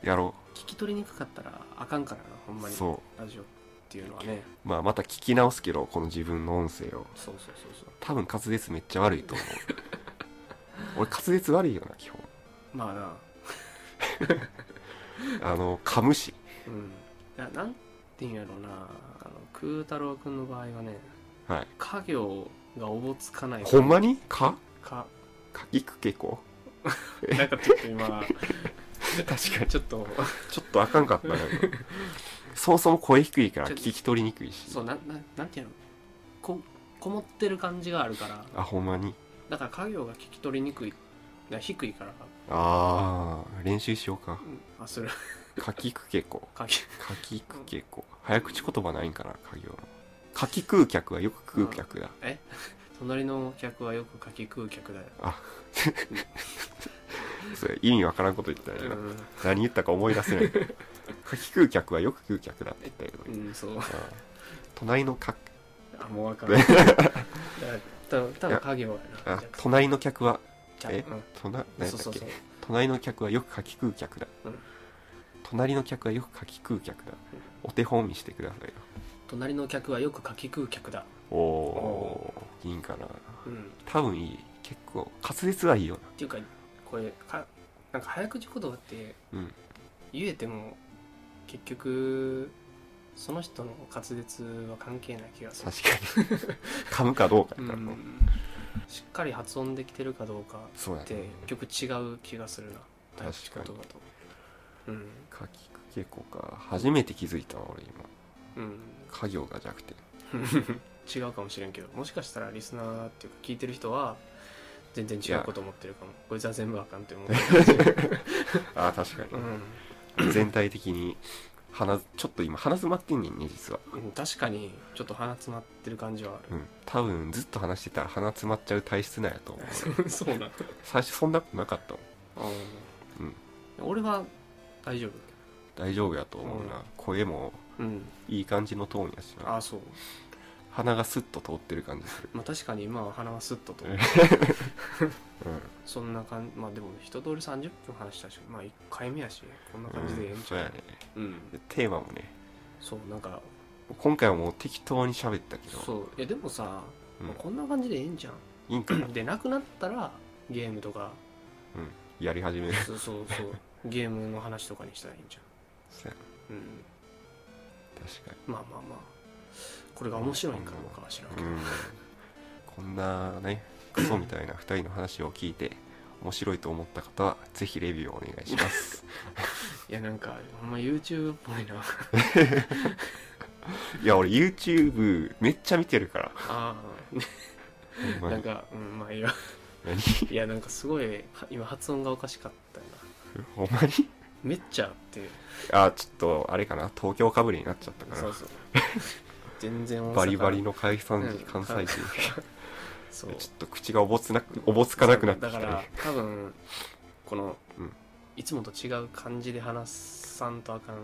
[SPEAKER 1] やろ
[SPEAKER 2] 聞き取りにくかったらあかんからなほんま
[SPEAKER 1] う
[SPEAKER 2] に
[SPEAKER 1] そ
[SPEAKER 2] ラジオっていうのはね
[SPEAKER 1] うまあまた聞き直すけどこの自分の音声
[SPEAKER 2] そうそ
[SPEAKER 1] を
[SPEAKER 2] うそうそう
[SPEAKER 1] 多分滑舌めっちゃ悪いと思う 俺滑舌悪いよな基本
[SPEAKER 2] まあな
[SPEAKER 1] あの噛むし
[SPEAKER 2] うんななんていうんやろうなあの空太郎くんの場合はね
[SPEAKER 1] はい
[SPEAKER 2] 家業がおぼつかない
[SPEAKER 1] ほんまにか
[SPEAKER 2] か
[SPEAKER 1] かきくけこ
[SPEAKER 2] なんかちょっと 今
[SPEAKER 1] 確かに
[SPEAKER 2] ちょっと
[SPEAKER 1] ちょっとあかん かったな今そもそも声低いから聞き取りにくいし
[SPEAKER 2] そうなななんていうのここもってる感じがあるから
[SPEAKER 1] あほんまに
[SPEAKER 2] だから家業が聞き取りにくいだから低いから、
[SPEAKER 1] ああ練習しようか
[SPEAKER 2] うんあそれ
[SPEAKER 1] かきくけこ
[SPEAKER 2] 鍵
[SPEAKER 1] かきくけこ早口言葉ないんかな家業のかき食う客はよく食う客だ
[SPEAKER 2] 隣の客はよく柿食う客だよ、
[SPEAKER 1] それ意味わからんこと言ったらいいな、
[SPEAKER 2] うん
[SPEAKER 1] 何言ったか思い出せないかき食う客はよく食う客だって言ったけど、
[SPEAKER 2] うん、そう
[SPEAKER 1] ああ隣のか
[SPEAKER 2] あもうわ からんだから多分多分家業やな
[SPEAKER 1] あ
[SPEAKER 2] じゃあ
[SPEAKER 1] 隣の客は
[SPEAKER 2] じゃあ
[SPEAKER 1] え
[SPEAKER 2] うん
[SPEAKER 1] 隣何やった
[SPEAKER 2] そう
[SPEAKER 1] っけ
[SPEAKER 2] そうそう
[SPEAKER 1] 隣の客はよくかき食う客だ、
[SPEAKER 2] うん
[SPEAKER 1] 隣の客はよくかき食う客だ、
[SPEAKER 2] うん
[SPEAKER 1] お手本見してくださいよ
[SPEAKER 2] 隣の客はよく柿食う客だ
[SPEAKER 1] おおーいいんかな
[SPEAKER 2] うん
[SPEAKER 1] 多分いい結構滑舌はいいよ
[SPEAKER 2] っていうかこれかなんか早口言葉って
[SPEAKER 1] なうん
[SPEAKER 2] 言えても結局その人の滑舌は関係ない気がする、
[SPEAKER 1] 確かに 噛むかどうか
[SPEAKER 2] う
[SPEAKER 1] やからな、
[SPEAKER 2] ん、しっかり発音できてるかどうか
[SPEAKER 1] そうや
[SPEAKER 2] っ
[SPEAKER 1] ね
[SPEAKER 2] て結局違う気がするな
[SPEAKER 1] 確か
[SPEAKER 2] 早
[SPEAKER 1] に
[SPEAKER 2] 口言葉とうん
[SPEAKER 1] かきくけこか初めて気づいたわ俺今
[SPEAKER 2] うん
[SPEAKER 1] 家業が弱点
[SPEAKER 2] 違うかもしれんけどもしかしたらリスナーっていうか聞いてる人は全然違うこと思ってるかもこいつは全部あかんって 思ってる、
[SPEAKER 1] ああ確か
[SPEAKER 2] う
[SPEAKER 1] に全体的に鼻ちょっと今鼻詰まってんねんね実は
[SPEAKER 2] ん、確かにちょっと鼻詰まってる感じは
[SPEAKER 1] うん多分ずっと話してたら鼻詰まっちゃう体質なんやと思う
[SPEAKER 2] ある そうなんだ、
[SPEAKER 1] 最初そんなことなかったもんうん
[SPEAKER 2] うん、俺は大丈夫
[SPEAKER 1] 大丈夫やと思うな、
[SPEAKER 2] う
[SPEAKER 1] 声も
[SPEAKER 2] うん
[SPEAKER 1] いい感じのトーンやし
[SPEAKER 2] あ
[SPEAKER 1] な
[SPEAKER 2] あそう、
[SPEAKER 1] 鼻がスッと通ってる感じする
[SPEAKER 2] まあ、確かに今は鼻はスッとと
[SPEAKER 1] うんうん
[SPEAKER 2] そんな感じまあでも一通り30分話したしまあ1回目やしこんな感じでええ
[SPEAKER 1] うんん
[SPEAKER 2] ちゃ
[SPEAKER 1] そうやね
[SPEAKER 2] う、うん
[SPEAKER 1] でテーマもね
[SPEAKER 2] そうなんか
[SPEAKER 1] 今回はもう適当に喋ったけど
[SPEAKER 2] そういやでもさ、
[SPEAKER 1] うん
[SPEAKER 2] まあこんな感じでええんじゃん
[SPEAKER 1] いいんか な、
[SPEAKER 2] でなくなったらゲームとか
[SPEAKER 1] うん、やり始 める
[SPEAKER 2] そうそうそうゲームの話とかにしたらいいん じ
[SPEAKER 1] そうや
[SPEAKER 2] ゃん、うん、
[SPEAKER 1] 確か
[SPEAKER 2] まあまあまあこれが面白いんかどうかは知らんけ
[SPEAKER 1] に、
[SPEAKER 2] ど、
[SPEAKER 1] うん、こんなねクソみたいな2人の話を聞いて面白いと思った方はぜひレビューをお願いします
[SPEAKER 2] いやなんかほんま YouTube っぽいな
[SPEAKER 1] いや俺 YouTube めっちゃ見てるから
[SPEAKER 2] ああ
[SPEAKER 1] ほんま
[SPEAKER 2] なん
[SPEAKER 1] に
[SPEAKER 2] かうんまあいいわ
[SPEAKER 1] 何
[SPEAKER 2] いやなんかすごいは今発音がおかしかったよな
[SPEAKER 1] ほんまに
[SPEAKER 2] めっちゃって
[SPEAKER 1] あちょっとあれかな東京かぶりになっちゃったか
[SPEAKER 2] そう
[SPEAKER 1] ら
[SPEAKER 2] そう全然大阪
[SPEAKER 1] バリバリの関西人、
[SPEAKER 2] うん
[SPEAKER 1] 関西人
[SPEAKER 2] そ
[SPEAKER 1] ちょ
[SPEAKER 2] う
[SPEAKER 1] っと口がおぼつなくおぼつかなくなって
[SPEAKER 2] だ
[SPEAKER 1] きた
[SPEAKER 2] か
[SPEAKER 1] ね
[SPEAKER 2] ら多分この、
[SPEAKER 1] うん
[SPEAKER 2] いつもと違う感じで話さんとあかん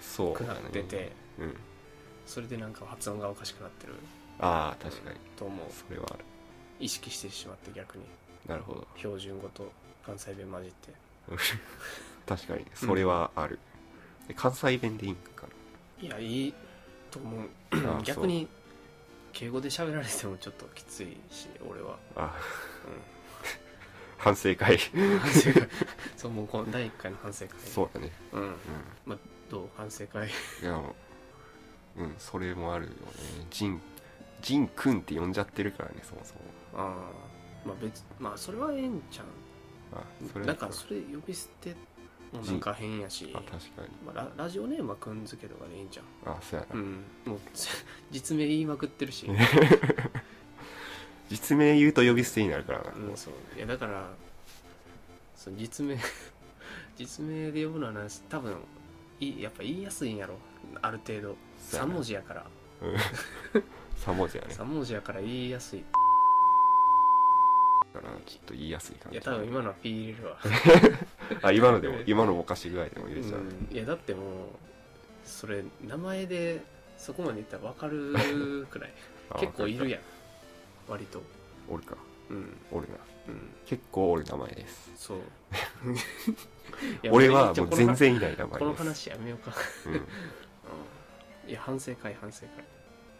[SPEAKER 1] そう
[SPEAKER 2] くなってて
[SPEAKER 1] うん
[SPEAKER 2] それでなんか発音がおかしくなってる
[SPEAKER 1] ああ確かに
[SPEAKER 2] と思う
[SPEAKER 1] それはある
[SPEAKER 2] 意識してしまって逆に
[SPEAKER 1] なるほど
[SPEAKER 2] 標準語と関西弁混じって
[SPEAKER 1] 確かにそれはある、で関西弁でいいんか
[SPEAKER 2] いやいいと思う
[SPEAKER 1] なあー
[SPEAKER 2] 逆に敬語で喋られてもちょっときついし俺 は、
[SPEAKER 1] そうあ反省会
[SPEAKER 2] うん、反省会そうもうこの第1回の反省会
[SPEAKER 1] そうだね
[SPEAKER 2] う、ん、
[SPEAKER 1] う
[SPEAKER 2] まあどう反省会
[SPEAKER 1] んいやもううんそれもあるよねジンジンくんって呼んじゃってるからねそもそも
[SPEAKER 2] ああまあ別まあそれはええんちゃう
[SPEAKER 1] あ
[SPEAKER 2] なんかそれ呼び捨てもなんか変やし
[SPEAKER 1] あ、確かに
[SPEAKER 2] まあ、ララジオネームはくんづけとかでいいんじゃん
[SPEAKER 1] あそうやな、
[SPEAKER 2] うんもう 実名言いまくってる し、
[SPEAKER 1] 実名言うと呼び捨てになるからな、
[SPEAKER 2] うん、そういやだからその実名 実名で呼ぶのはな多分いいやっぱ言いやすいんやろある程度
[SPEAKER 1] そうや
[SPEAKER 2] 3
[SPEAKER 1] な
[SPEAKER 2] 文字やから
[SPEAKER 1] うん三文字やね
[SPEAKER 2] 3文字やから言いやすい
[SPEAKER 1] だからちょっと言いやすい感
[SPEAKER 2] い
[SPEAKER 1] じ
[SPEAKER 2] や多分今のはピー入れるわ、
[SPEAKER 1] あ今のでも今のぼかし具合でも入れちゃう、
[SPEAKER 2] うん、いやだってもうそれ名前でそこまでいったら分かる くらい
[SPEAKER 1] あ
[SPEAKER 2] 結構いる
[SPEAKER 1] わか
[SPEAKER 2] やん割と
[SPEAKER 1] ったおるか
[SPEAKER 2] うん
[SPEAKER 1] おるな
[SPEAKER 2] うん
[SPEAKER 1] 結構おる名前です
[SPEAKER 2] そう
[SPEAKER 1] 俺はもう全
[SPEAKER 2] いや
[SPEAKER 1] 然いない名
[SPEAKER 2] この話
[SPEAKER 1] 前です
[SPEAKER 2] この話やめようか、
[SPEAKER 1] うん、
[SPEAKER 2] うん、いや反省会反省会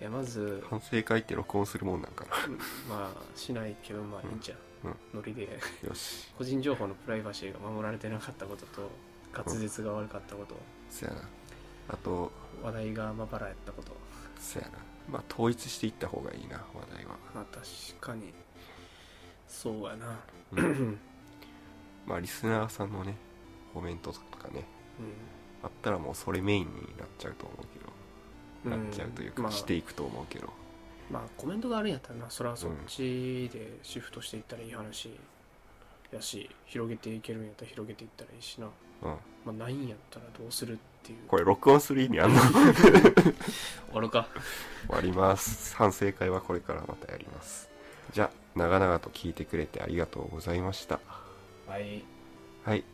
[SPEAKER 2] いやまず
[SPEAKER 1] 反省会って録音するもんなんかな
[SPEAKER 2] うんまあしないけどまあいいんじゃん、
[SPEAKER 1] うん
[SPEAKER 2] ノリで
[SPEAKER 1] よし
[SPEAKER 2] 個人情報のプライバシーが守られてなかったことと滑舌が悪かったこと、
[SPEAKER 1] そやなあと
[SPEAKER 2] 話題がまばらやったこと
[SPEAKER 1] そうやなまあ統一していった方がいいな話題は
[SPEAKER 2] まあ確かにそうやな
[SPEAKER 1] うんまあリスナーさんのねコメントとかねあったらもうそれメインになっちゃうと思うけど、
[SPEAKER 2] うん
[SPEAKER 1] なっちゃうというか、
[SPEAKER 2] まあ
[SPEAKER 1] していくと思うけど
[SPEAKER 2] まあコメントがあるんやったらなそれはそっちでシフトしていったらいい話やし広げていけるんやったら広げていったらいいしな、
[SPEAKER 1] うん
[SPEAKER 2] まあ、ないんやったらどうするっていう
[SPEAKER 1] これ録音する意味あんの終
[SPEAKER 2] 終わるか
[SPEAKER 1] わります反省会はこれからまたやりますじゃあ長々と聞いてくれてありがとうございました
[SPEAKER 2] はい
[SPEAKER 1] はい